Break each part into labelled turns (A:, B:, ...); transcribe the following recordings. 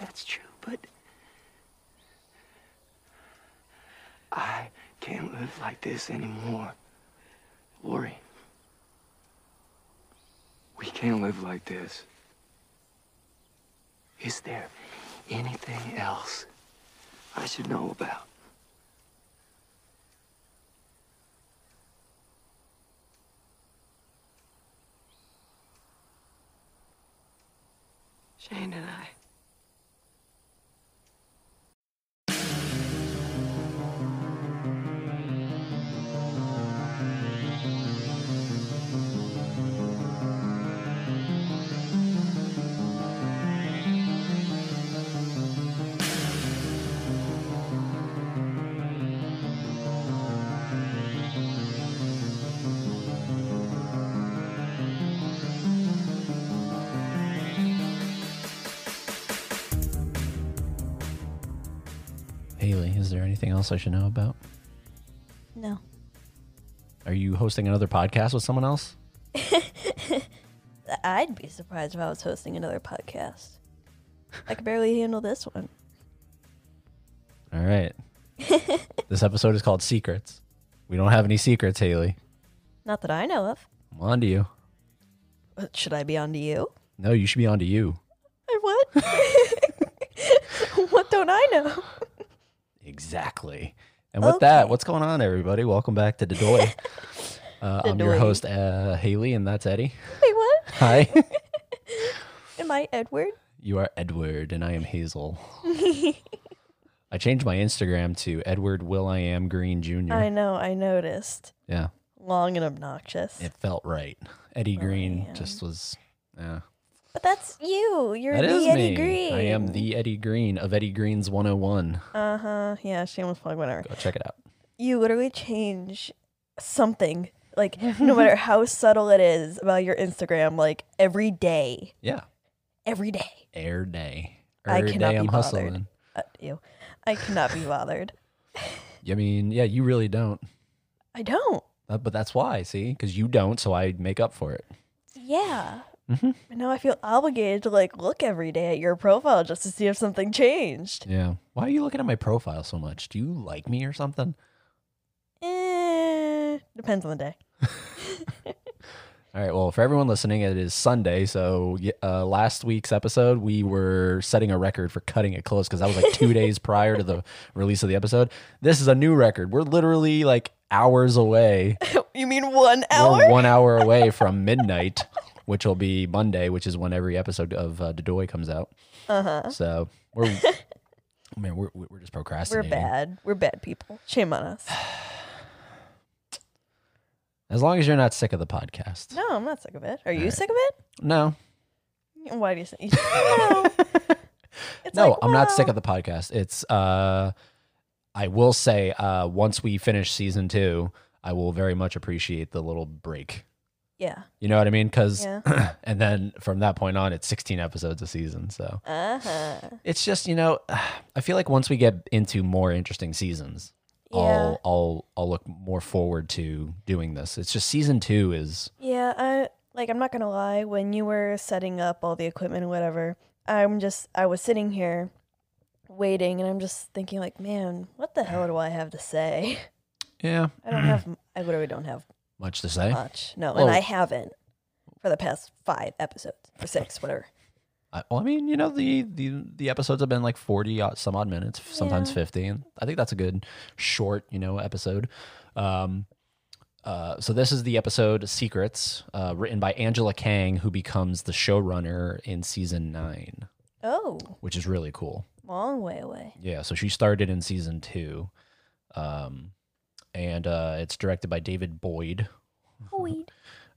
A: That's true, but I can't live like this anymore. Lori, we can't live like this. Is there anything else I should know about?
B: Shane and I.
C: Haley, is there anything else I should know about?
D: No.
C: Are you hosting another podcast with someone else?
D: I'd be surprised if I was hosting another podcast. I could barely handle this one.
C: All right. this episode is called Secrets. We don't have any secrets, Haley.
D: Not that I know of.
C: I'm on to you.
D: Uh, Should I be on to you?
C: No, you should be on to you.
D: I what? what don't I know?
C: Exactly. And with that,
D: Okay.
C: what's going on, everybody? Welcome back to Dedoy. Uh, I'm your
D: Dedoy.
C: host, uh, Haley, and that's Eddie.
D: Wait, what?
C: Hi.
D: Am I Edward?
C: you are Edward, and I am Hazel. I changed my Instagram to Edward Will I Am Green Jr.
D: I know, I noticed.
C: yeah,
D: Long and obnoxious.
C: it felt right. Eddie Green
D: am.
C: just was. Yeah.
D: But that's you. You're
C: That
D: the
C: is
D: Eddie
C: me.
D: Green.
C: I am the Eddie Green of Eddie Green's 101.
D: Uh huh. Yeah, shameless plug, whatever.
C: Go check it out.
D: You literally change something, like, no matter how subtle it is about your Instagram, like, every day.
C: Yeah.
D: Every day.
C: Air day. Air
D: I cannot
C: day
D: be
C: I'm
D: bothered.
C: hustling.
D: Uh, ew. I cannot be bothered.
C: I mean, yeah, you really don't.
D: I don't.
C: Uh, But that's why, see? Because you don't, so I make up for it.
D: Yeah.
C: Mhm.
D: But now I feel obligated to like look every day at your profile just to see if something changed.
C: Yeah. Why are you looking at my profile so much? Do you like me or something?
D: Eh, depends on the day.
C: All right. Well, for everyone listening, it is Sunday. So y- uh, last week's episode, we were setting a record for cutting it close because that was like two days prior to the release of the episode. This is a new record. We're literally like hours away.
D: you mean one
C: We're
D: hour?
C: one hour away from midnight, which will be Monday, which is when every episode of uh, Dedoy comes out.
D: Uh huh.
C: So we're, man, we're we're just
D: We're
C: procrastinating.
D: bad. We're bad people. Shame on us.
C: As long as you're not sick of the podcast.
D: No, I'm not sick of it. Are you
C: Alright.
D: sick of it?
C: No,
D: Why do you say? no. It's
C: no,
D: like,
C: I'm not sick
D: well,
C: of the podcast. It's uh, I will say uh, once we finish season two, I will very much appreciate the little break.
D: Yeah.
C: You know what I mean? Because
D: Yeah.
C: and then from that point on, it's 16 episodes a season. So
D: Uh huh.
C: it's just you know, I feel like once we get into more interesting seasons,
D: Yeah.
C: I'll I'll I'll look more forward to doing this. It's just season two is
D: Yeah, I like I'm not gonna lie, when you were setting up all the equipment and whatever, I'm just I was sitting here waiting and I'm just thinking like, man, what the hell do I have to say?
C: yeah
D: I don't have m- I literally don't have
C: much to say.
D: much. No,
C: Eh, Well-
D: and I haven't for the past five episodes or six, whatever.
C: I, well, I mean, you know, the the the episodes have been like forty odd- some odd minutes, sometimes
D: Yeah.
C: fifty, and I think that's a good short, you know, episode. Um, uh, so this is the episode "Secrets," uh, written by Angela Kang, who becomes the showrunner in season nine,
D: Oh,
C: which is really cool.
D: long way away.
C: Yeah, so she started in season two, um, and uh, it's directed by David Boyd,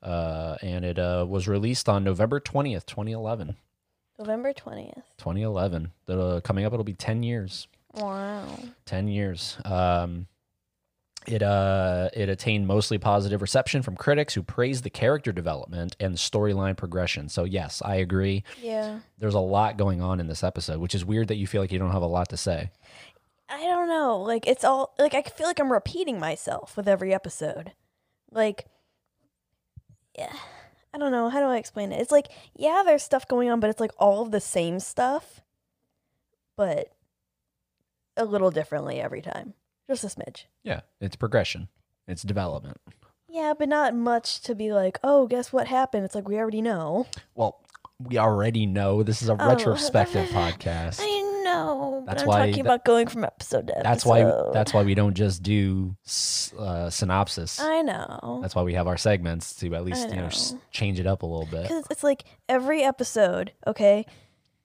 C: uh, and it uh, was released on November 20th, 2011.
D: November twentieth.
C: 2011. The, coming up, it'll be 10 years.
D: Wow.
C: 10 years. Um, it, uh, it attained mostly positive reception from critics who praised the character development and the storyline progression. So, yes, I agree.
D: Yeah.
C: There's a lot going on in this episode, which is weird that you feel like you don't have a lot to say.
D: I don't know. Like it's all like I feel like I'm repeating myself with every episode. Like yeah. I don't know. How do I explain it? It's like yeah, there's stuff going on, but it's like all of the same stuff. but a little differently every time. Just a smidge.
C: Yeah, it's progression, it's development.
D: Yeah, but not much to be like, oh, guess what happened? It's like we already know.
C: Well, we already know this is a
D: Oh.
C: retrospective podcast.
D: I know.
C: That's
D: but I'm
C: why
D: talking
C: that-
D: about going from episode to episode.
C: That's why that's why we don't just do s- uh, synopsis.
D: I know.
C: That's why we have our segments to at least you know s-
D: know.
C: change it up a little bit.
D: Because it's like every episode, okay,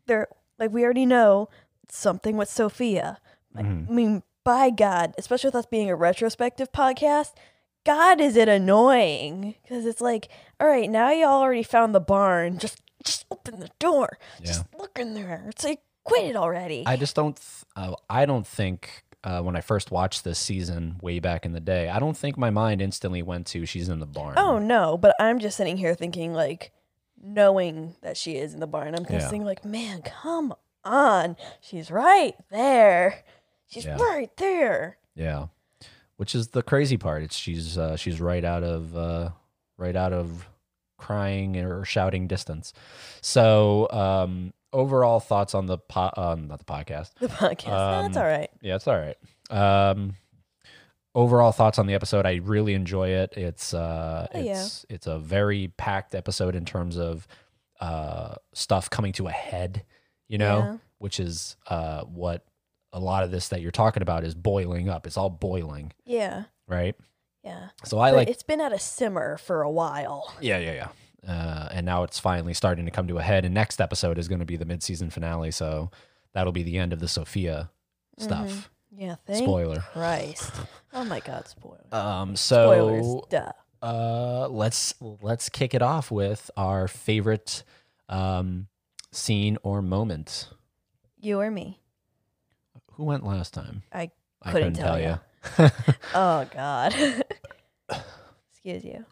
D: they're like we already know something with Sophia. Like, I mean, by God, especially with us being a retrospective podcast, God is it annoying. Because it's like, all right, now y'all already found the barn. Just just open the door. Just look in there. It's like quit it already.
C: I just don't. Th- uh, I don't think uh, when I first watched this season way back in the day, I don't think my mind instantly went to she's in the barn.
D: oh no, but I'm just sitting here thinking like knowing that she is in the barn. I'm
C: Yeah.
D: thinking like, man, come on. She's right there. She's
C: Yeah.
D: right there.
C: yeah, which is the crazy part. It's she's uh, she's right out of uh, right out of crying or shouting distance. So um, overall thoughts on the po- um, not the podcast.
D: The podcast. No, that's
C: Um,
D: all right.
C: Yeah, it's all right. Um, overall thoughts on the episode? I really enjoy it. It's uh,
D: Oh, yeah.
C: it's it's a very packed episode in terms of uh stuff coming to a head. You know,
D: Yeah.
C: which is uh what a lot of this that you're talking about is boiling up. It's all boiling,
D: Yeah.
C: right?
D: Yeah.
C: So I
D: But
C: like,
D: it's been at a simmer for a while.
C: yeah, yeah, yeah. Uh, and now it's finally starting to come to a head. And next episode is going to be the mid-season finale, so that'll be the end of the Sophia stuff.
D: Yeah, Mm-hmm. thank
C: Spoiler.
D: Christ. Oh my god, spoilers.
C: Um, so
D: spoilers. Duh.
C: uh let's let's kick it off with our favorite um scene or moment
D: You or me.
C: who went last time
D: I couldn't tell ya.
C: ya.
D: Oh god. Excuse you.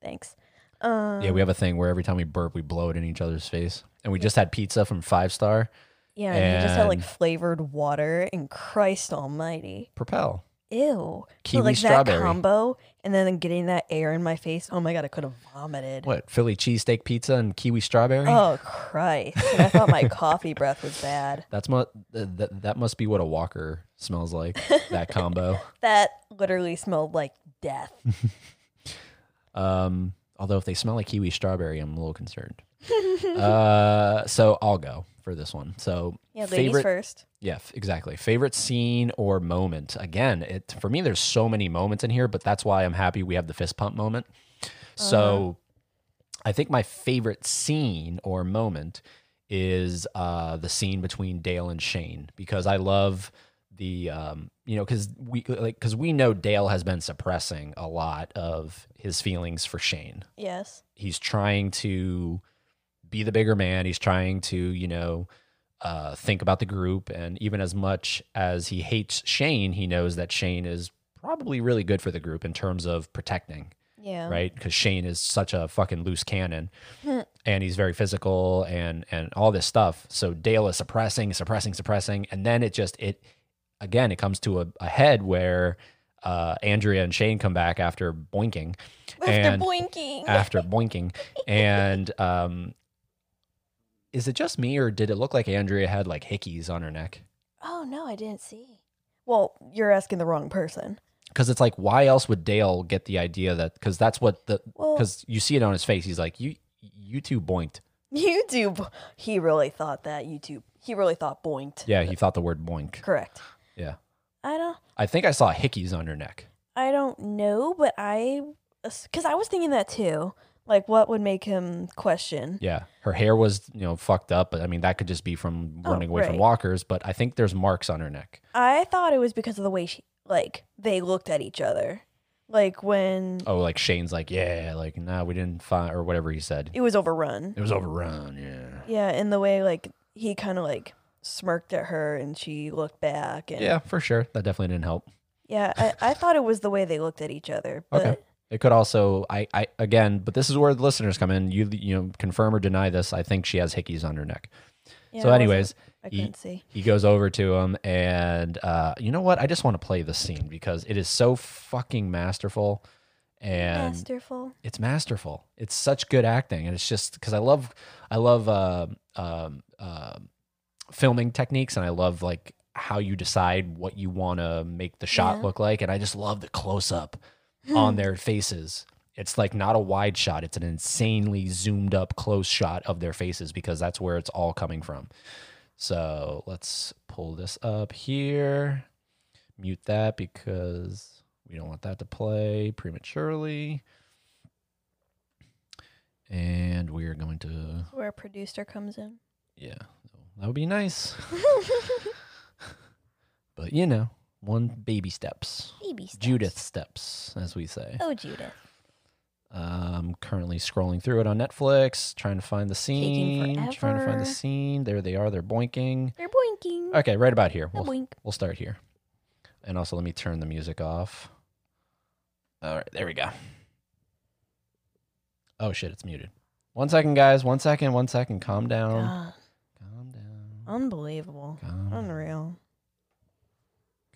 D: Thanks. Um,
C: yeah we have a thing where every time we burp we blow it in each other's face and we just had pizza from five star
D: Yeah, and you just had like
C: and-
D: flavored water and Christ Almighty.
C: propel
D: Ew.
C: Kiwi
D: so, like
C: strawberry.
D: that combo and then getting that air in my face. Oh my god, I could have vomited.
C: what philly cheesesteak pizza and kiwi strawberry
D: Oh Christ. And I thought my coffee breath was bad.
C: that's mu- th- th- that must be what a walker smells like that combo
D: That literally smelled like death.
C: Um, although if they smell like kiwi strawberry, I'm a little concerned. uh, so I'll go for this one. So
D: Yeah, ladies
C: favorite,
D: first.
C: yeah, f- exactly. Favorite scene or moment? Again, it for me, there's so many moments in here, but that's why I'm happy we have the fist pump moment. So I think my favorite scene or moment is uh, the scene between Dale and Shane because I love the um, you know because we like because we know Dale has been suppressing a lot of his feelings for Shane
D: Yes.
C: he's trying to be the bigger man. He's trying to, you know, uh, think about the group. And even as much as he hates Shane, he knows that Shane is probably really good for the group in terms of protecting,
D: Yeah.
C: right? Because Shane is such a fucking loose cannon, and he's very physical and and all this stuff. So Dale is suppressing, suppressing, suppressing, and then it just it again it comes to a, a head where uh, Andrea and Shane come back after boinking, and
D: After boinking.
C: after boinking. And um, is it just me, or did it look like Andrea had like hickeys on her neck?
D: oh no, I didn't see. Well, you're asking the wrong person.
C: Because it's like, why else would Dale get the idea that? Because that's what the
D: Well-
C: because you see it on his face. He's like, you you two boinked.
D: YouTube. He really thought that YouTube. He really thought boinked.
C: Yeah, he thought the word boink.
D: Correct.
C: Yeah,
D: I don't.
C: I think I saw hickeys on her neck.
D: I don't know, but I, because I was thinking that too. Like, what would make him question?
C: Yeah, her hair was you know fucked up, but I mean that could just be from running away from
D: right.
C: walkers. But I think there's marks on her neck.
D: I thought it was because of the way she, like, they looked at each other, like when
C: Oh, like Shane's like, yeah, like nah, we didn't find or whatever he said.
D: it was overrun.
C: It was overrun. Yeah.
D: Yeah, and the way like he kind of like smirked at her, and she looked back, and
C: Yeah, for sure. That definitely didn't help.
D: Yeah, I, I thought it was the way they looked at each other. But
C: Okay. It could also, I, I, again, but this is where the listeners come in. You, you know, confirm or deny this. I think she has hickeys on her neck.
D: yeah,
C: so,
D: I wasn't-
C: anyways,
D: I
C: he-
D: couldn't see.
C: he goes over to him, and uh, you know what? I just want to play this scene because it is so fucking masterful, and
D: Masterful.
C: it's masterful. It's such good acting, and it's just because I love, I love, um um, um uh, filming techniques and I love like how you decide what you want to make the shot
D: Yeah.
C: look like and I just love the close up
D: Mm.
C: on their faces. It's like not a wide shot, it's an insanely zoomed up close shot of their faces because that's where it's all coming from. So, let's pull this up here. Mute that because we don't want that to play prematurely. And we're going to
D: Where a producer comes in.
C: yeah, that would be nice. but you know, one baby steps,
D: Baby steps.
C: Judith steps, as we say.
D: Oh, Judith.
C: Um, currently scrolling through it on Netflix, trying to find the
D: Taking
C: scene, trying to find
D: forever.
C: the scene. There they are. They're boinking.
D: They're boinking.
C: Okay, right about here.
D: A
C: We'll,
D: boink.
C: we'll start here. And also, let me turn the music off. All right, there we go. Oh shit, it's muted. One second, guys. One second. One second. Calm down.
D: God,
C: Calm down.
D: unbelievable.
C: Calm down.
D: Unreal.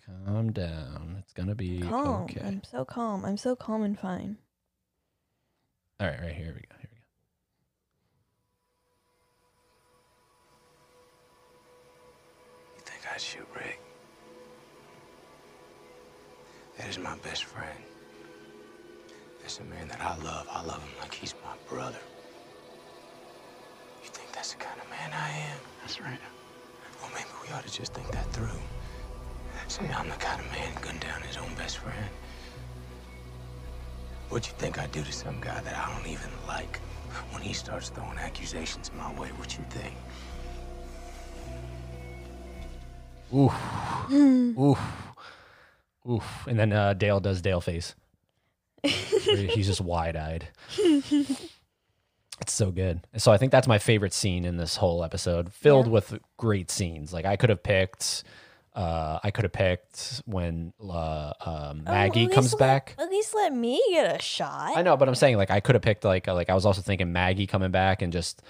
C: Calm down. It's gonna be
D: Calm.
C: okay.
D: I'm so calm. I'm so calm and fine.
C: All right, right here we go. Here we go.
A: You think I'd shoot Rick? That is my best friend. That's a man that I love. I love him like he's my brother. You think that's the kind of man I am? That's right. Well, maybe we ought to just think that through. See, I'm the kind of man gun down his own best friend. What you think I do to some guy that I don't even like? When he starts throwing accusations my way, what you think?
C: Oof, oof. And then uh, Dale does Dale face. Where He's just wide eyed. It's so good. And So I think that's my favorite scene in this whole episode, filled with great scenes. Like I could have picked, uh, I could have picked when uh, uh,
D: Oh, at
C: Maggie
D: least
C: comes
D: let-
C: back.
D: At least let me get a shot.
C: I know, but I'm saying like I could have picked like uh, like I was also thinking Maggie coming back and just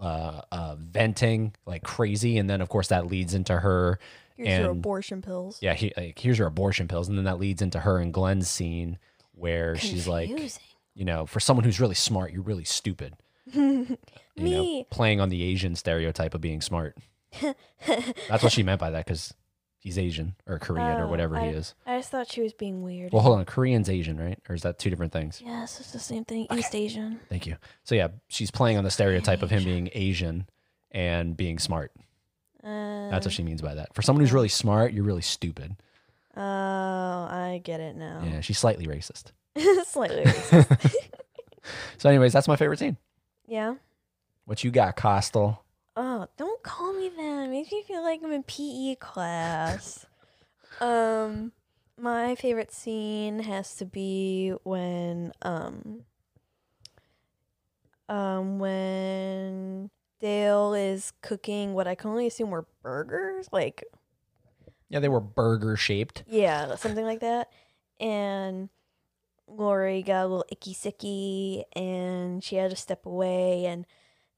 C: uh, uh venting like crazy, and then of course that leads into her
D: Here's your
C: and
D: abortion pills.
C: yeah, he, like, here's your abortion pills, and then that leads into her and Glenn's scene where she's like,
D: Confusing.
C: you know, for someone who's really smart, you're really stupid. You know,
D: Me.
C: playing on the Asian stereotype of being smart. That's what she meant by that because he's Asian or Korean or
D: Oh,
C: whatever he
D: I-
C: is.
D: I just thought she was being weird.
C: Well, hold on, Korean's Asian, right? Or is that two different things?
D: yes, it's the same thing. East Asian.
C: Thank you. So yeah, she's playing on the stereotype of him being Asian and being smart.
D: Uh,
C: That's what she means by that. For someone who's really smart, you're really stupid.
D: Oh, I get it now.
C: Yeah, she's slightly racist.
D: Slightly racist.
C: So anyways, that's my favorite scene.
D: yeah.
C: What you got, Costel?
D: Oh, don't call me that. It makes me feel like I'm in PE class. um, my favorite scene has to be when um, um, when Dale is cooking what I can only assume were burgers, like
C: Yeah, they were burger shaped.
D: yeah, something like that. And Lori got a little icky sicky and she had to step away and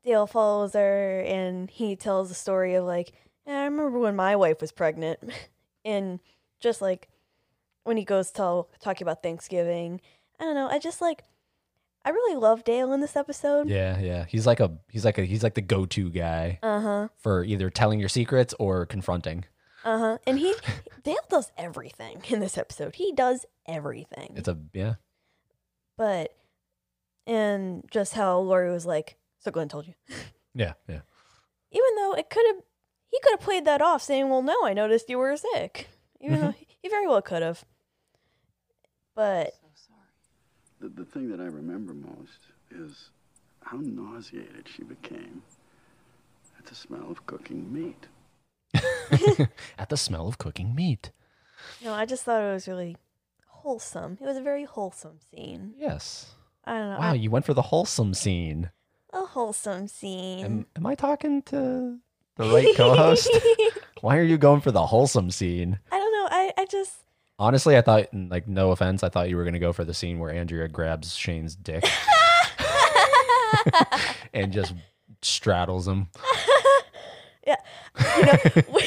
D: Dale follows her and he tells the story of like, "Yeah, I remember when my wife was pregnant and just like when he goes to talking about Thanksgiving. I don't know, I just like I really love Dale in this episode.
C: Yeah, yeah. He's like a he's like a he's like the go to guy
D: Uh-huh.
C: for either telling your secrets or confronting.
D: Uh-huh. And he Dale does everything in this episode. He does everything.
C: It's a yeah.
D: but and just how Lori was like, "So Glenn told you,"
C: Yeah, yeah.
D: even though it could have, he could have played that off, saying, "Well, no, I noticed you were sick," even
C: Mm-hmm.
D: though he very well could have. But
B: The, the thing that I remember most is how nauseated she became at the smell of cooking meat.
C: At the smell of cooking meat.
D: no, I just thought it was really wholesome. It was a very wholesome scene.
C: Yes.
D: I don't know,
C: Wow,
D: Uh, I-
C: you went for the wholesome scene.
D: a wholesome scene.
C: Am, am I talking to the right co-host? Why are you going for the wholesome scene?
D: I don't know. I I just
C: Honestly, I thought, like, no offense, I thought you were going to go for the scene where Andrea grabs Shane's dick and just straddles him.
D: you know,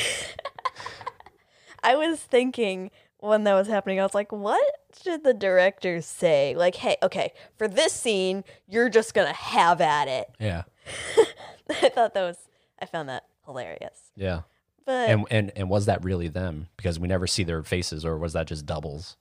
D: I was thinking when that was happening, I was like, what should the director say? Like, hey, okay, for this scene, you're just going to have at it.
C: Yeah.
D: I thought that was, I found that hilarious.
C: Yeah.
D: But
C: And and and was that really them? Because we never see their faces, or was that just doubles?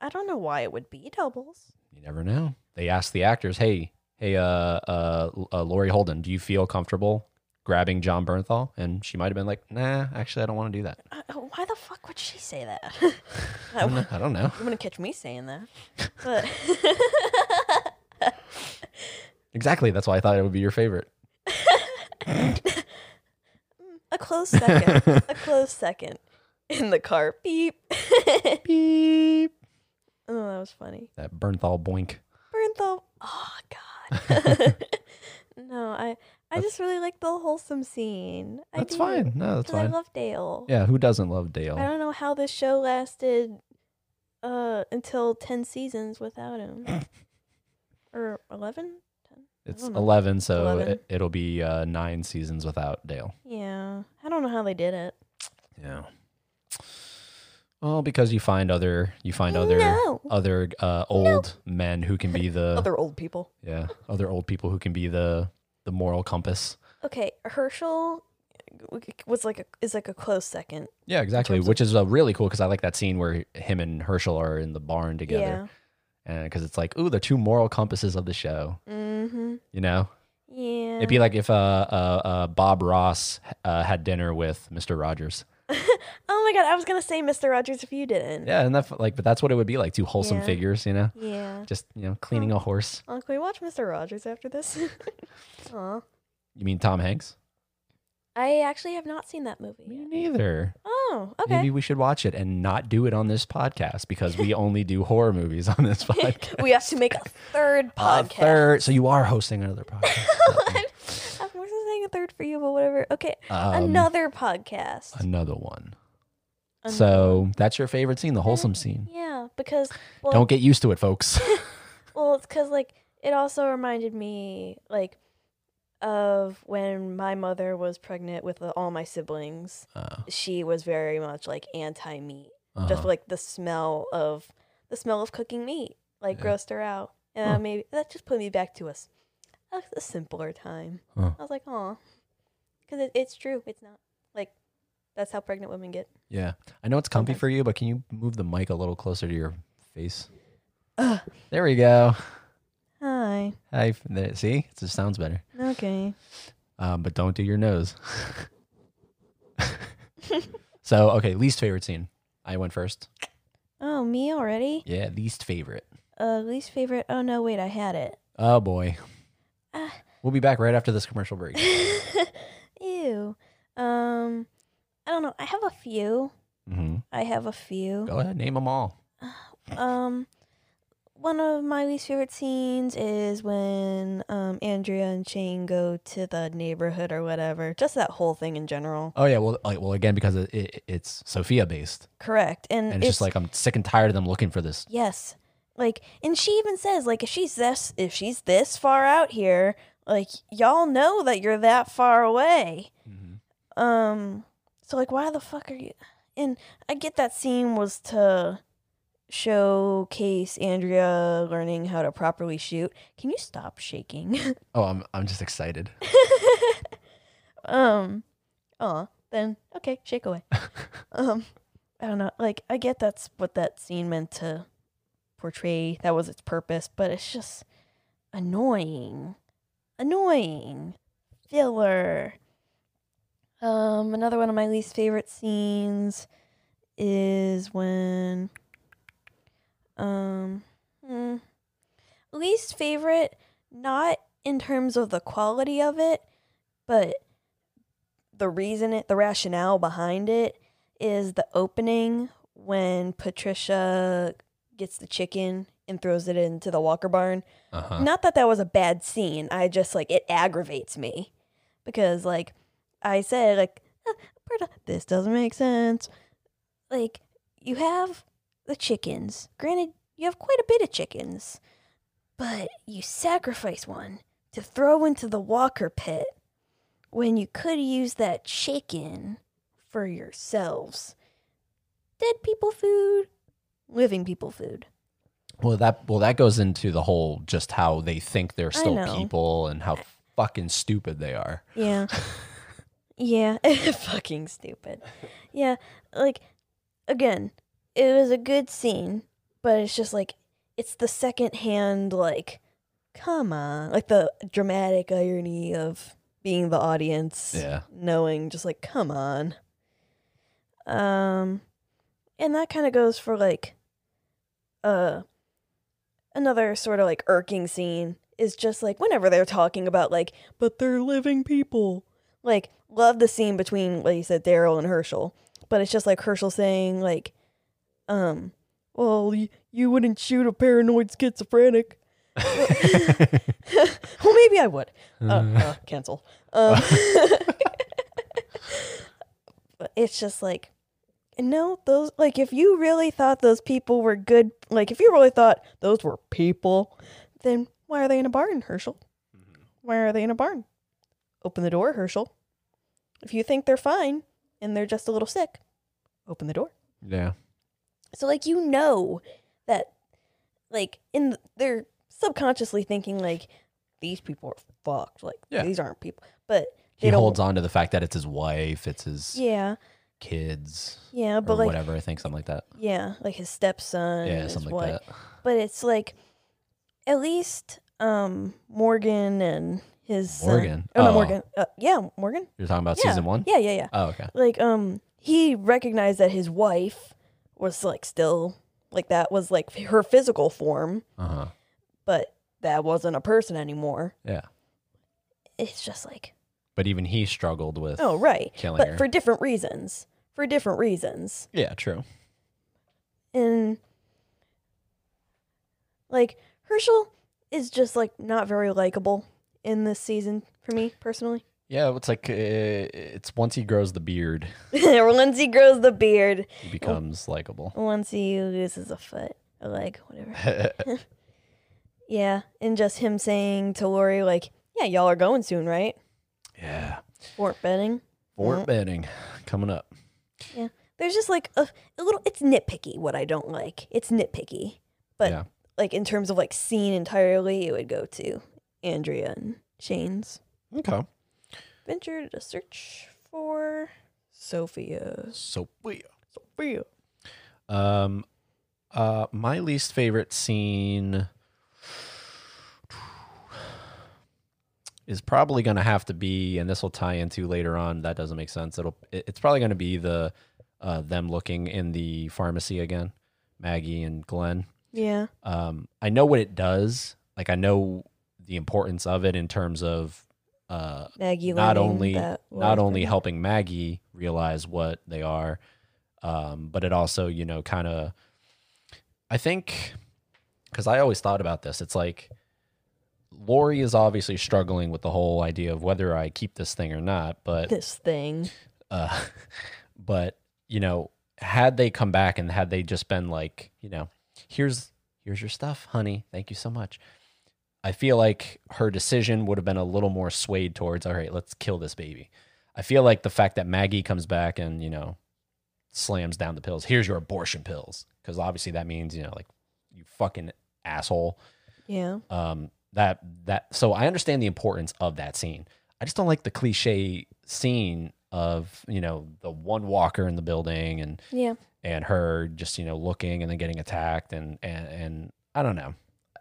D: I don't know why it would be doubles.
C: You never know. They asked the actors, "Hey, hey, uh, uh, uh Lori Holden, do you feel comfortable grabbing John Bernthal?" And she might have been like, "Nah, actually, I don't want to do that.
D: I, why the fuck would she say that?
C: I don't know. I don't know.
D: you wouldn't catch me saying that. But
C: Exactly. That's why I thought it would be your favorite.
D: a close second. a close second. In the car. Beep.
C: Beep.
D: Oh, that was funny.
C: That Bernthal boink.
D: Bernthal. Oh God. no, I I just really like the wholesome scene. I
C: That's
D: do,
C: fine. No, that's
D: 'cause I
C: fine.
D: love Dale.
C: Yeah, who doesn't love
D: I
C: Dale?
D: don't know how this show lasted uh until 10 seasons without him. or 11?
C: It's
D: don't know.
C: eleven, so
D: 11.
C: It, it'll be uh, nine seasons without Dale.
D: Yeah. I don't know how they did it.
C: Yeah. Well, because you find other you find other
D: No.
C: other uh, old men who can be the
D: Other old people.
C: yeah other old people who can be the the moral compass.
D: Okay, Herschel uh, was like a is like a close second.
C: Yeah, exactly. Which is uh, really cool because I like that scene where him and Herschel are in the barn together, and because it's like, ooh, the two moral compasses of the show.
D: Yeah. Mm-hmm.
C: You know,
D: Yeah.
C: it'd be like if uh, uh, uh, Bob Ross uh, had dinner with Mister Rogers.
D: oh my god, I was gonna say Mr. Rogers if you didn't.
C: Yeah, and that's like, but that's what it would be like two wholesome
D: Yeah.
C: figures. You know,
D: Yeah.
C: just you know, cleaning a horse.
D: Oh, can we watch Mr. Rogers after this? Aw.
C: You mean Tom Hanks?
D: I actually have not seen that movie.
C: Me
D: Yet.
C: neither.
D: Oh, okay.
C: Maybe we should watch it and not do it on this podcast because we only do horror movies on this podcast.
D: we have to make a third
C: A
D: podcast.
C: third- so you are hosting another podcast.
D: I'm also saying a third for you, but whatever. Okay,
C: Um,
D: another podcast.
C: another one.
D: Another
C: So that's your favorite scene, the wholesome scene.
D: yeah, because well,
C: Don't get used to it, folks.
D: well, it's because like it also reminded me like of when my mother was pregnant with uh, all my siblings.
C: Uh,
D: She was very much like anti meat, just
C: uh-huh.
D: like the smell of the smell of cooking meat, like
C: Yeah.
D: grossed her out, and
C: Huh.
D: uh, maybe that just put me back to us a, a simpler time.
C: Huh.
D: I was like, oh, because it, it's true. It's not like that's how pregnant women get.
C: Yeah. I know it's comfy
D: Sometimes.
C: for you, but can you move the mic a little closer to your face? There we go.
D: Hi.
C: I, there, see, it just sounds better.
D: Okay.
C: Um, but don't do your nose. so, okay, least favorite scene. I went first.
D: Oh, me already?
C: Yeah, least favorite.
D: Uh, least favorite. Oh no, wait, I had it.
C: Oh boy.
D: Ah.
C: We'll be back right after this commercial break.
D: Ew. Um, I don't know. I have a few.
C: hmm
D: I have a few.
C: Go ahead, name them all.
D: Um, one of my least favorite scenes is when um Andrea and Shane go to the neighborhood or whatever. Just that whole thing in general.
C: Oh yeah, well, like, well again because it, it, it's Sophia based,
D: Correct. And,
C: and it's, just like I'm sick and tired of them looking for this.
D: Yes. Like and she even says like if she's this if she's this far out here, like y'all know that you're that far away. Um so like why the fuck are you And I get that scene was to showcase Andrea learning how to properly shoot. Can you stop shaking?
C: Oh, I'm I'm just excited.
D: um oh then okay shake away um i don't know like i get that's what that scene meant to portray that was its purpose but it's just annoying annoying filler um another one of my least favorite scenes is when um hmm, least favorite not in terms of the quality of it but the reason it the rationale behind it is the opening when Patricia gets the chicken and throws it into the Walker barn.
C: Uh huh.
D: Not that that was a bad scene. I just like it aggravates me because like I said like "Ah, Berta, this doesn't make sense. Like you have the chickens. Granted, you have quite a bit of chickens, but you sacrifice one to throw into the Walker pit when you could use that chicken for yourselves. Dead people food, living people food.
C: Well, that well that goes into the whole just how they think they're still
D: know.
C: people and how fucking stupid they are.
D: Yeah. Yeah, fucking stupid. Yeah, like again, it was a good scene, but it's just like it's the secondhand like come on, like the dramatic irony of being the audience,
C: Yeah.
D: knowing just like come on. Um and that kind of goes for like uh another sort of like irking scene is just like whenever they're talking about like but they're living people like love the scene between like you said daryl and herschel but it's just like herschel saying like um well you, you wouldn't shoot a paranoid schizophrenic well maybe i would uh, uh, cancel um, but it's just like no those like if you really thought those people were good like if you really thought those were people then why are they in a barn herschel why are they in a barn open the door herschel if you think they're fine and they're just a little sick open the door
C: Yeah.
D: so like you know that like in th- they're subconsciously thinking like these people are fucked like
C: Yeah.
D: these aren't people but they
C: He
D: don't-
C: holds on to the fact that it's his wife, it's his
D: yeah
C: kids,
D: yeah but
C: or
D: like uh,
C: whatever. I think something like that.
D: yeah like his stepson
C: Yeah,
D: his
C: something
D: wife.
C: like that.
D: but it's like at least um Morgan and his son-
C: Morgan?
D: oh, no
C: Oh.
D: Morgan uh, yeah Morgan
C: You're talking about
D: yeah.
C: season one?
D: yeah yeah yeah
C: Oh, okay.
D: like um he recognized that his wife was like still like that was like her physical form
C: Uh huh.
D: but that wasn't a person anymore
C: Yeah.
D: it's just like
C: But even he struggled with.
D: oh right
C: Killing
D: but
C: her.
D: for different reasons for different reasons
C: Yeah, true.
D: and like Herschel is just like not very likable in this season for me personally.
C: Yeah, it's like uh, it's once he grows the beard,
D: once he grows the beard,
C: he becomes likable.
D: once he loses a foot, a leg, whatever. yeah, and just him saying to Lori like, "Yeah, y'all are going soon, right?
C: Yeah.
D: Fort Benning."
C: Fort Benning coming up.
D: Yeah, there's just like a, a little. It's nitpicky what I don't like. It's nitpicky, but
C: Yeah.
D: like in terms of like scene entirely, it would go to Andrea and Shane's.
C: Okay.
D: venture to search for Sophia.
C: So
D: Sophia.
C: Um, uh, my least favorite scene is probably going to have to be, and this will tie into later on. That doesn't make sense. It'll, it- it's probably going to be the, uh, them looking in the pharmacy again, Maggie and Glenn.
D: Yeah.
C: Um, I know what it does. Like I know the importance of it in terms of, uh,
D: Maggie
C: not
D: learning
C: only
D: that
C: not
D: Lori's
C: only
D: pregnant.
C: helping Maggie realize what they are, um, but it also you know kind of I think because I always thought about this. It's like Lori is obviously struggling with the whole idea of whether I keep this thing or not, but
D: this thing.
C: uh, but you know had they come back and had they just been like you know here's here's your stuff honey thank you so much i feel like her decision would have been a little more swayed towards all right let's kill this baby i feel like the fact that maggie comes back and you know slams down the pills here's your abortion pills because obviously that means you know like you fucking asshole
D: Yeah.
C: um that that so i understand the importance of that scene i just don't like the cliche scene of you know the one walker in the building and
D: Yeah.
C: and her just you know looking and then getting attacked and and and i don't know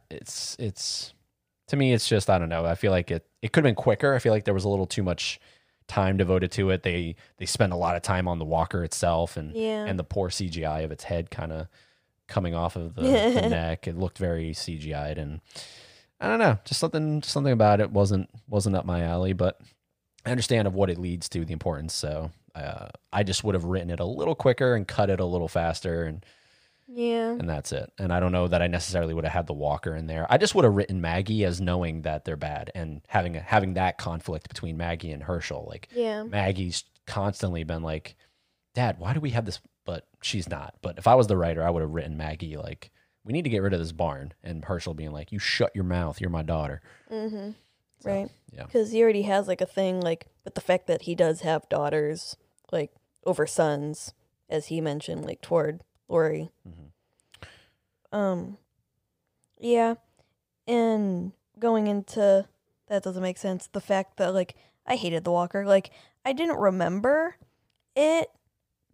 C: it's it's to me it's just i don't know i feel like it it could have been quicker i feel like there was a little too much time devoted to it they they spent a lot of time on the walker itself and
D: Yeah.
C: and the poor CGI of its head kind of coming off of the, the neck. It looked very CGI'd, and I don't know, just something something about it wasn't wasn't up my alley. But I understand of what it leads to, the importance. So uh, I just would have written it a little quicker and cut it a little faster, and
D: yeah.
C: and that's it. And I don't know that I necessarily would have had the Walker in there. I just would have written Maggie as knowing that they're bad and having having that conflict between Maggie and Herschel, like.
D: Yeah.
C: Maggie's constantly been like, Dad, why do we have this? But she's not. But if I was the writer, I would have written Maggie like, we need to get rid of this barn. And Herschel being like, you shut your mouth. You're my daughter.
D: Mm-hmm. Right.
C: yeah.
D: Because he already has like a thing like, but the fact that he does have daughters, like over sons, as he mentioned, like toward Lori. Um. Yeah, and going into that doesn't make sense. The fact that like I hated the walker. Like I didn't remember it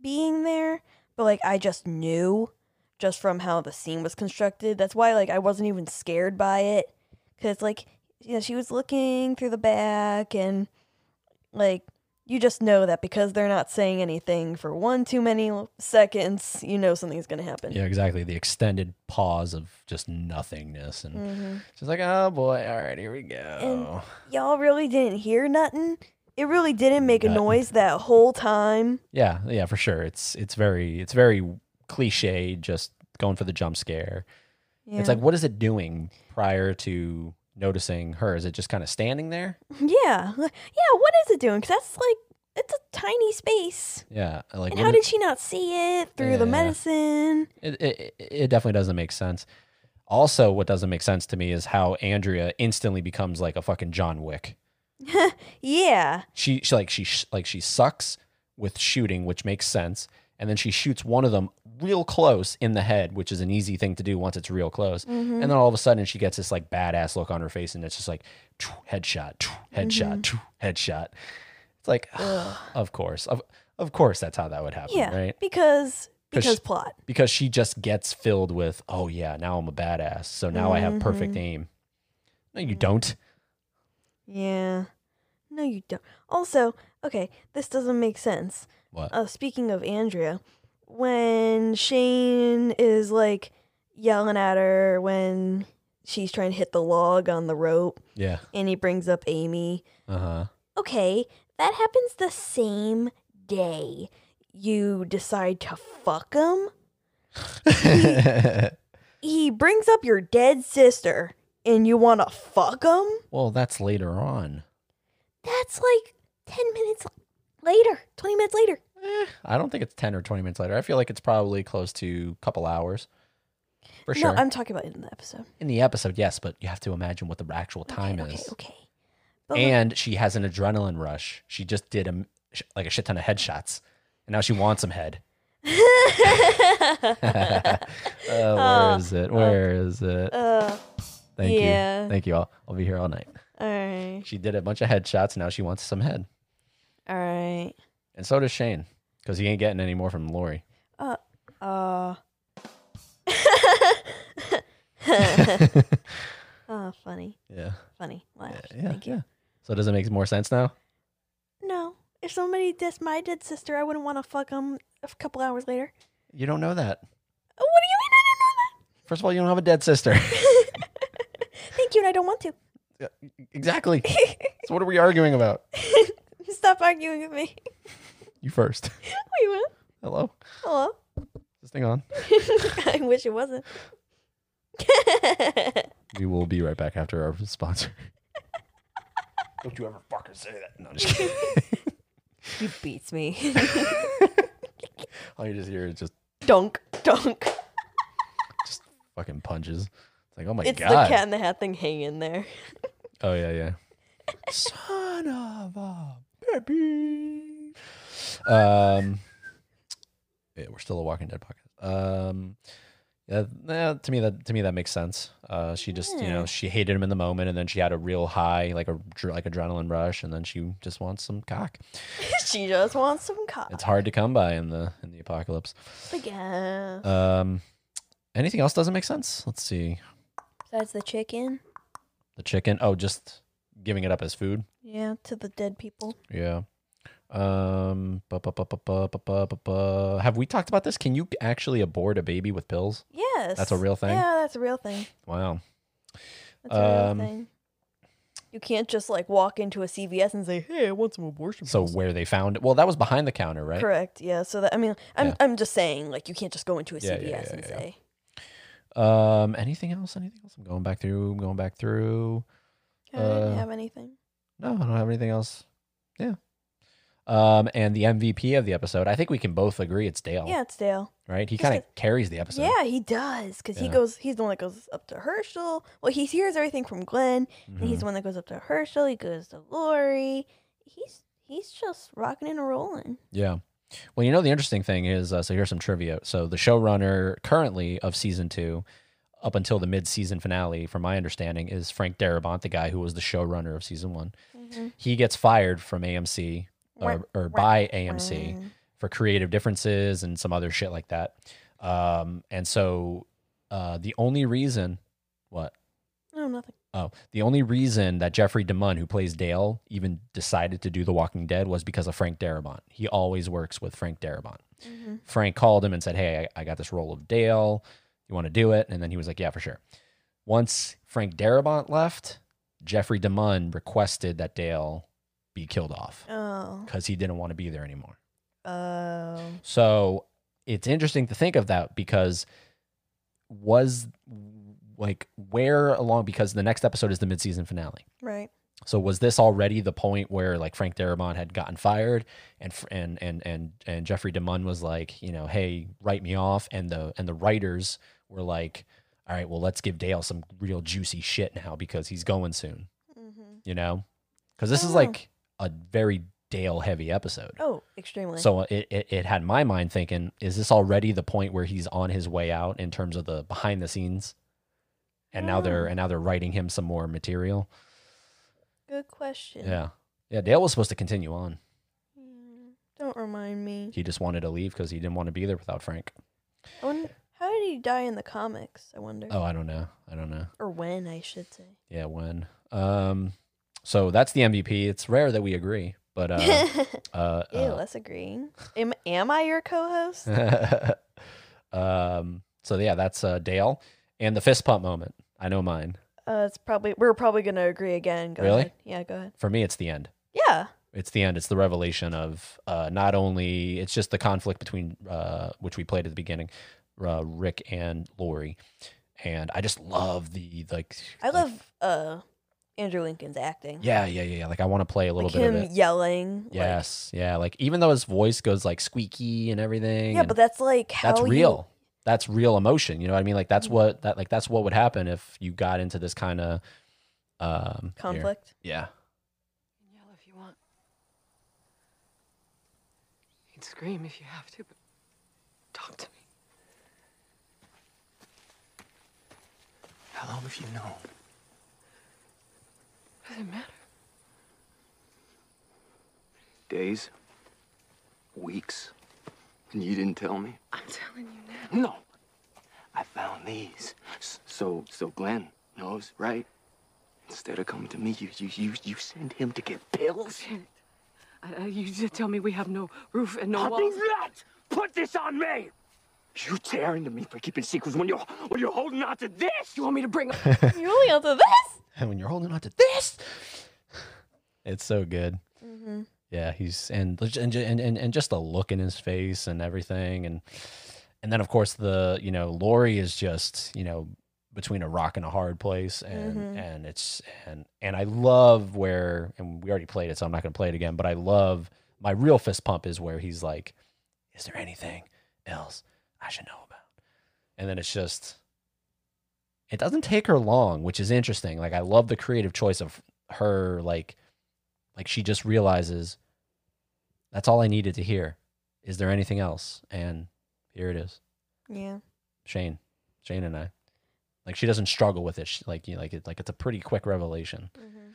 D: being there, but like I just knew just from how the scene was constructed. That's why like I wasn't even scared by it cuz like you know she was looking through the back and like you just know that because they're not saying anything for one too many seconds, you know something's going to happen.
C: Yeah, exactly. The extended pause of just nothingness, and
D: Mhm.
C: she's like, "Oh boy, all right, here we go."
D: y'all really didn't hear nothing. It really didn't make a
C: Nothing.
D: noise that whole time.
C: yeah, yeah, for sure. It's it's very it's very cliche, just going for the jump scare. It's like, what is it doing prior to noticing her? Is it just kind of standing there?
D: yeah, yeah. What is it doing? Because that's like it's a tiny space.
C: Yeah, like what
D: And how
C: is-
D: did she not see it through the
C: Yeah.
D: medicine?
C: it, it, it definitely doesn't make sense. Also, what doesn't make sense to me is how Andrea instantly becomes like a fucking John Wick.
D: Yeah,
C: She, she like she sh- like she sucks with shooting, which makes sense, and then she shoots one of them real close in the head, which is an easy thing to do once it's real close. And then all of a sudden, she gets this like badass look on her face, and it's just like headshot, headshot, headshot. It's like, of course, of of course, that's how that would happen,
D: yeah.
C: right?
D: Because
C: 'Cause
D: because
C: she-
D: plot.
C: because she just gets filled with, oh yeah, now I'm a badass. So now I have perfect
D: Mm-hmm.
C: aim. No, you don't.
D: Yeah. No, you don't. Also, okay, this doesn't make sense.
C: What?
D: Uh, speaking of Andrea, when Shane is like yelling at her when she's trying to hit the log on the rope
C: Yeah.
D: and he brings up Amy.
C: Uh huh.
D: Okay, that happens the same day you decide to fuck him. He brings up your dead sister and you want to fuck him?
C: well, that's later on.
D: That's like 10 minutes later, 20 minutes later.
C: Eh, I don't think it's ten or twenty minutes later. I feel like it's probably close to a couple hours. For
D: no,
C: sure.
D: I'm talking about in the episode.
C: In the episode, yes, but you have to imagine what the actual time
D: okay,
C: is.
D: Okay. okay. But look-
C: And she has an adrenaline rush. She just did a, like a shit ton of headshots, and now she wants some head. Uh,
D: Oh,
C: where is it? Where is it?
D: uh,
C: Thank
D: yeah.
C: you. Thank you all. I'll be here all night.
D: all right.
C: She did a bunch of headshots. Now she wants some head.
D: All right.
C: And so does Shane because he ain't getting any more from Lori.
D: Uh. oh, funny.
C: Yeah.
D: Funny. Laugh.
C: Yeah.
D: Thank you.
C: yeah. So does it make more sense now?
D: No. If somebody dissed my dead sister, I wouldn't want to fuck them a couple hours later.
C: You don't know that.
D: Oh, What do you mean? I don't know that.
C: First of all, you don't have a dead sister.
D: Thank you, and I don't want to.
C: exactly. so what are we arguing about?
D: Stop arguing with me.
C: You first.
D: Wait, what?
C: Hello.
D: Hello?
C: Is this thing on?
D: I wish it wasn't.
C: We will be right back after our sponsor. don't you ever fucking say that. No, I'm just kidding.
D: he beats me.
C: all you just hear is just
D: dunk, dunk.
C: just fucking punches. It's like, oh my
D: It's
C: god.
D: the cat in the hat thing hanging there.
C: Oh yeah, yeah. Son of a baby. Um, yeah, we're still a Walking Dead podcast. Um, yeah, yeah, to me that to me that makes sense. Uh, she just you know
D: Yeah.
C: she hated him in the moment, and then she had a real high like a dr- like adrenaline rush, and then she just wants some cock.
D: she just wants some cops.
C: It's hard to come by in the in the apocalypse.
D: Again.
C: Um, anything else doesn't make sense? Let's see.
D: Besides the chicken.
C: The chicken. Oh, just giving it up as food.
D: Yeah, to the dead people.
C: Yeah. Um. bu- bu- bu- bu- bu- bu- bu- bu- bu- Have we talked about this? Can you actually abort a baby with pills?
D: Yes.
C: That's a real thing?
D: Yeah, that's a real thing.
C: Wow.
D: That's a
C: Um,
D: real thing. You can't just like walk into a CVS and say, "Hey, I want some abortion."
C: So
D: pills."
C: where they found it? Well, that was behind the counter, right?
D: correct. Yeah. So that I mean, I'm
C: Yeah.
D: I'm just saying like you can't just go into a
C: Yeah, yeah,
D: CVS
C: yeah,
D: and
C: yeah.
D: say,
C: Um. Anything else? Anything else? I'm going back through. I'm going back through.
D: "I didn't
C: Uh,
D: have anything."
C: No, I don't have anything else. Yeah. Um. And the MVP of the episode, I think we can both agree it's Dale.
D: Yeah, it's Dale.
C: Right. He
D: just
C: kind of carries the episode.
D: Yeah, he does because he
C: Yeah.
D: goes. He's the one that goes up to Herschel. Well, he hears everything from Glenn, and he's
C: Mhm.
D: the one that goes up to Herschel. He goes to Lori. He's he's just rocking and rolling.
C: Yeah. Well, you know the interesting thing is, uh, so here's some trivia. So the showrunner currently of season two up until the mid-season finale, from my understanding, is Frank Darabont, the guy who was the showrunner of season one.
D: Mm-hmm.
C: He gets fired from AMC or, uh, or by AMC for creative differences and some other shit like that. Um, and so uh, the only reason, what?
D: No, nothing.
C: Oh, the only reason that Jeffrey DeMunn, who plays Dale, even decided to do The Walking Dead was because of Frank Darabont. He always works with Frank Darabont.
D: Mm-hmm.
C: Frank called him and said, Hey, I, I got this role of Dale. You want to do it? And then he was like, Yeah, for sure. Once Frank Darabont left, Jeffrey DeMunn requested that Dale be killed off
D: Oh.
C: because he didn't want to be there anymore.
D: Oh.
C: Um, So it's interesting to think of that because was like where along because the next episode is the midseason finale.
D: Right.
C: So was this already the point where like Frank Darabont had gotten fired and fr- and and and and Jeffrey DeMunn was like, you know, hey, write me off and the and the writers were like, all right, well, let's give Dale some real juicy shit now because he's going soon,
D: hmm
C: you know? Cuz this is
D: Oh.
C: like a very Dale heavy episode.
D: Oh, extremely.
C: So it, it, it had my mind thinking, is this already the point where he's on his way out in terms of the behind the scenes? And now they're and now they're writing him some more material.
D: good question.
C: Yeah. Yeah, Dale was supposed to continue on.
D: Mm, Don't remind me.
C: He just wanted to leave because he didn't want to be there without Frank.
D: I wonder, how did he die in the comics? I wonder.
C: Oh, I don't know. I don't know.
D: Or when, I should say.
C: Yeah, when. Um so that's the MVP. It's rare that we agree, but uh uh,
D: Ew,
C: uh
D: that's agreeing. Am, am I your co-host?
C: uh, um so yeah, that's uh Dale and the fist pump moment. I know mine.
D: Uh, it's probably we're probably gonna agree again. Go
C: Really?
D: ahead. Yeah, go ahead.
C: For me it's the end.
D: Yeah.
C: it's the end. It's the revelation of uh, not only it's just the conflict between uh, which we played at the beginning, uh, Rick and Lori, and I just love the like.
D: I love uh Andrew Lincoln's acting.
C: Yeah, yeah, yeah. yeah. Like I want to play a little
D: like
C: bit
D: him
C: of it.
D: yelling. like-
C: Yes, yeah. Like even though his voice goes like squeaky and everything.
D: yeah,
C: and
D: but that's like how
C: that's
D: you-
C: real. That's real emotion. You know what I mean? Like that's
D: Mhm.
C: what that like that's what would happen if you got into this kind of um here.
D: conflict.
C: Yeah.
E: can yell if you want. You can scream if you have to, but talk to me.
A: How long have you known?
E: Doesn't matter.
F: Days? Weeks? And you didn't tell me?
E: I'm telling you now.
F: No. I found these. S- So, so Glenn knows, right? Instead of coming to me, you, you, you, you send him to get pills?
E: Shit. I, I, Uh, you did tell me we have no roof and no
F: I'll
E: walls.
F: be that! Put this on me! You tear into me for keeping secrets when you're, when you're holding on to this!
E: You want me to bring?
D: you only onto this?
C: and when you're holding on to this, it's so good. Yeah, he's and the- and ju- and and and just the look in his face and everything, and and then of course the you know Lori is just you know between a rock and a hard place, and and it's and and I love where and we already played it, so I'm not going to play it again, but I love my real fist pump is where he's like, "Is there anything else I should know about?" And then it's just it doesn't take her long, which is interesting. Like I love the creative choice of her like like she just realizes that's all I needed to hear. Is there anything else? And here it is.
D: Yeah.
C: Shane, Shane and I. Like she doesn't struggle with it. She, like you like it like it's a pretty quick revelation.
D: Mm-hmm.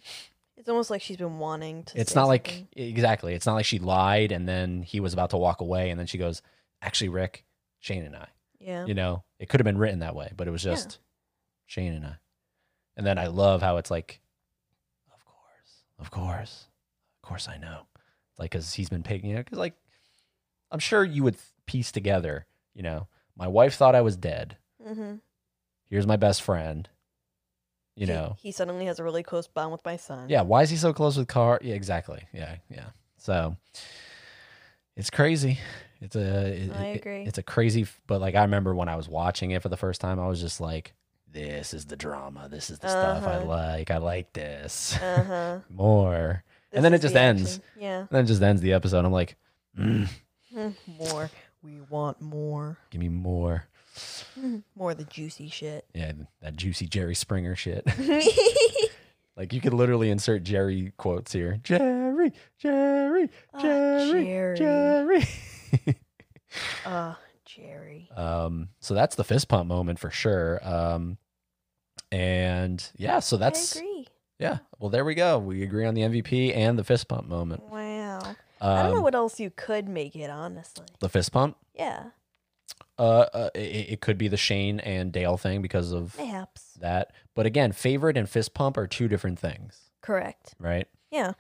D: It's almost like she's been wanting to.
C: It's
D: say
C: not like
D: something.
C: exactly. It's not like she lied and then he was about to walk away and then she goes, "Actually, Rick, Shane and I."
D: Yeah.
C: you know it could have been written that way but it was
D: Yeah.
C: just shane and i and then i love how it's like of course of course of course i know like because he's been picking you know because like i'm sure you would piece together you know my wife thought i was dead
D: Mm-hmm.
C: here's my best friend you know
D: He, suddenly has a really close bond with my son.
C: yeah why is he so close with car yeah exactly yeah yeah so it's crazy it's a it-
D: I
C: it-
D: agree.
C: it's a crazy f- but like i remember when i was watching it for the first time i was just like this is the drama this is the stuff i
D: Uh-huh.
C: like i like this
D: Uh huh.
C: more and then it just ends
D: Yeah. Mm-hmm.
C: and then it just ends the episode i'm like "Mm,
D: more. We want more.
C: give me more
D: More of the juicy shit.
C: yeah that juicy jerry springer shit like you could literally insert jerry quotes here jerry jerry
D: Ah,
C: jerry
D: Jerry.
C: jerry
D: Uh, Jerry.
C: Um, so that's the fist pump moment for sure. Um, and yeah, so that's
D: I agree.
C: yeah. Well, there we go. We agree on the MVP and the fist pump moment.
D: Wow.
C: Um,
D: I don't know what else you could make it, honestly.
C: the fist pump.
D: Yeah,
C: Uh, uh it, it could be the Shane and Dale thing because of
D: mayhaps.
C: that. But again, favorite and fist pump are two different things,
D: Correct.
C: right?
D: Yeah.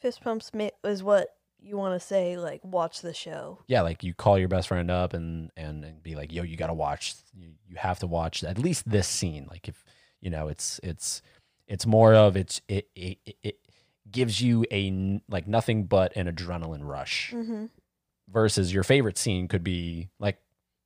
D: Fist pumps ma- is what you want to say, like, watch the show.
C: Yeah, like you call your best friend up and and, and be like, "Yo, you got to watch. You, you have to watch at least this scene." Like if you know, it's it's it's more of it's it it, it, it gives you a n- like nothing but an adrenaline rush
D: Mm-hmm.
C: versus your favorite scene could be like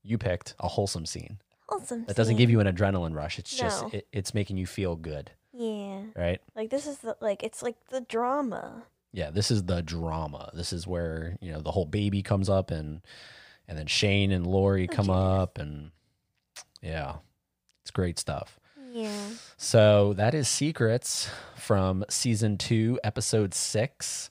C: you picked a wholesome scene
D: Awesome.
C: that doesn't give you an adrenaline rush. It's
D: No.
C: just it, it's making you feel good,
D: Yeah.
C: right?
D: Like, this is the, like, it's like the drama.
C: yeah, this is the drama. This is where you know the whole baby comes up, and and then Shane and Lori
D: Oh,
C: come
D: Jesus.
C: up, and yeah, it's great stuff.
D: Yeah.
C: So that is secrets from season two, episode six.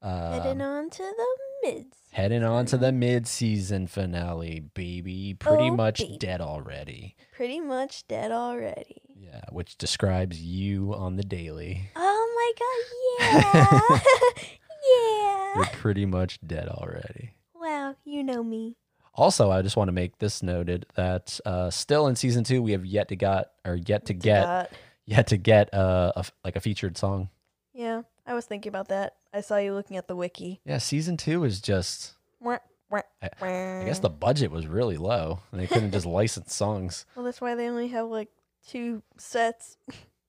D: Heading
C: Um,
D: on to the mids.
C: heading on to the mid-season finale, baby. Pretty
D: Oh,
C: much
D: baby.
C: dead already.
D: Pretty much dead already.
C: Yeah, which describes you on the daily.
D: Oh my god, yeah.
C: You're
D: yeah.
C: pretty much dead already.
D: Wow, you know me.
C: Also, I just want to make this noted that uh, still in season two, we have yet to got or yet to get
D: Dot.
C: yet to get uh, a f like a featured song.
D: Yeah, I was thinking about that. I saw you looking at the wiki.
C: Yeah, season two is just
D: Wah, wah,
C: I-
D: wah.
C: I guess the budget was really low and they couldn't just license songs.
D: Well, that's why they only have like two sets.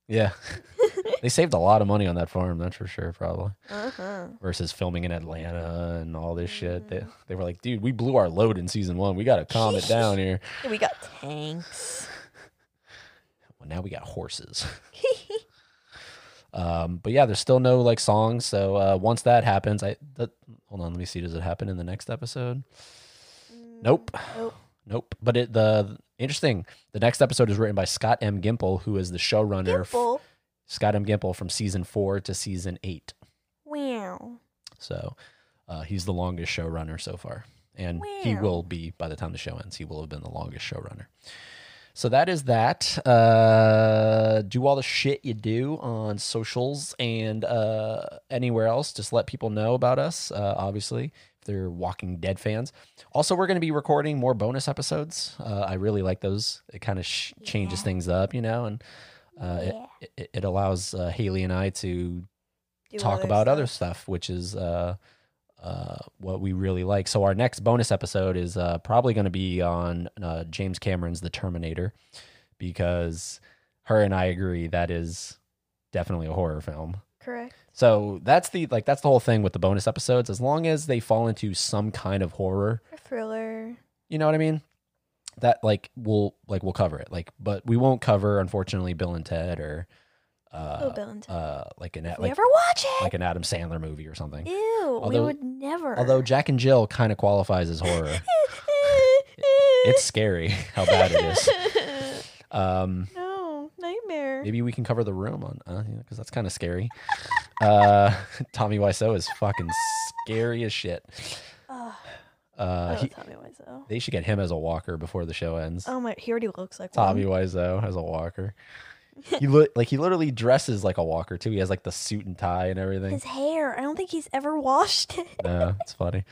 C: Yeah, they saved a lot of money on that farm, that's for sure, probably.
D: Uh huh.
C: Versus filming in Atlanta and all this shit. They, they were like, dude, we blew our load in season one. We got to calm it down here.
D: We got tanks.
C: Well, now we got horses. Um, but yeah, there's still no like songs. So uh, once that happens, I that, hold on, let me see. Does it happen in the next episode? Nope,
D: nope.
C: nope. But it the interesting. The next episode is written by Scott M. Gimple, who is the showrunner. f-
D: Beautiful.
C: Scott M. Gimple from season four to season eight.
D: Wow.
C: So uh, he's the longest showrunner so far, and he
D: Wow.
C: will be by the time the show ends. He will have been the longest showrunner. So that is that. Uh, do all the shit you do on socials and uh, anywhere else. Just let people know about us. Uh, obviously, if they're Walking Dead fans. Also, we're going to be recording more bonus episodes. Uh, I really like those. It kind of sh- changes things up, you know, and uh, it- it, it, it allows uh, Haley and I to
D: Do
C: talk about
D: stuff.
C: other stuff, which is uh, uh, what we really like. So our next bonus episode is uh, probably going to be on uh, James Cameron's The Terminator, because her and I agree that is definitely a horror film.
D: Correct.
C: So that's the like that's the whole thing with the bonus episodes. As long as they fall into some kind of horror,
D: A thriller.
C: you know what I mean? That like we'll like we'll cover it. Like, but we won't cover unfortunately Bill and Ted or
D: oh,
C: uh,
D: Bill and Ted.
C: uh like an
D: If we
C: like
D: ever watch it.
C: like an Adam Sandler movie or something.
D: Ew. we
C: although-
D: would never.
C: Although Jack and Jill kind of qualifies as horror. it's scary how bad it is. Um,
D: No, nightmare.
C: maybe we can cover the room on, uh, because that's kind of scary. Uh, Tommy Wiseau is fucking scary as shit.
D: Ugh,
C: Uh,
D: oh,
C: he,
D: Tommy Wiseau.
C: they should get him as a walker before the show ends.
D: Oh my, he already looks like
C: Tommy
D: One.
C: Wiseau as a walker. He look like he literally dresses like a walker too. He has like the suit and tie and everything.
D: His hair. I don't think he's ever washed it.
C: No, it's funny.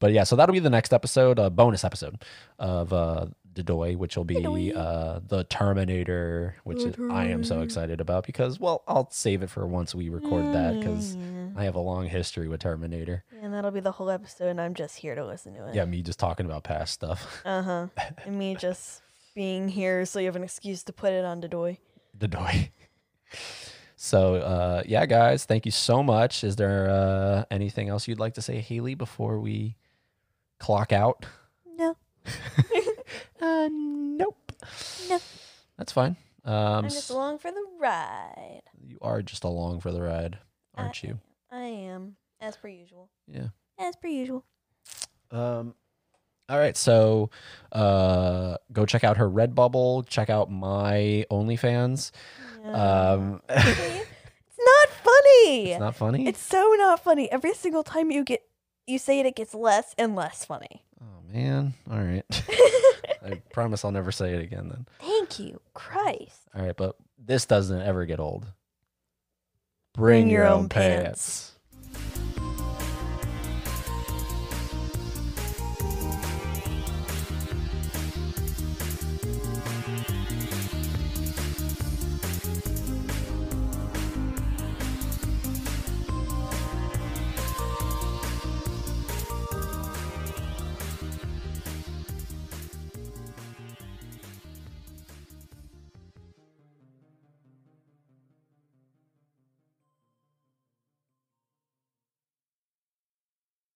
C: But yeah, so that'll be the next episode, a bonus episode of uh Dedoy, which will be
D: Dedoy.
C: uh the Terminator, which is, I am so excited about because well, I'll save it for once we record that because
D: Yeah.
C: I have a long history with Terminator.
D: And that'll be the whole episode, and I'm just here to listen to it.
C: Yeah, me just talking about past stuff.
D: Uh huh. and me just being here so you have an excuse to put it on Dedoy.
C: Dedoy. So uh yeah, guys, thank you so much. Is there uh anything else you'd like to say, Haley, before we clock out?
D: No,
C: Uh nope.
D: No.
C: That's fine. Um
D: I'm just along for the ride.
C: You are just along for the ride,
D: I
C: aren't you?
D: I am, as per usual.
C: Yeah.
D: As per usual.
C: Um, all right. So, uh, go check out her Redbubble. Check out my OnlyFans.
D: Yeah.
C: Um,
D: it's not funny.
C: it's not funny.
D: It's so not funny. Every single time you get you say it, it gets less and less funny.
C: oh man. All right. I promise I'll never say it again then.
D: Thank you, Christ.
C: All right, but this doesn't ever get old.
D: Bring your own pants.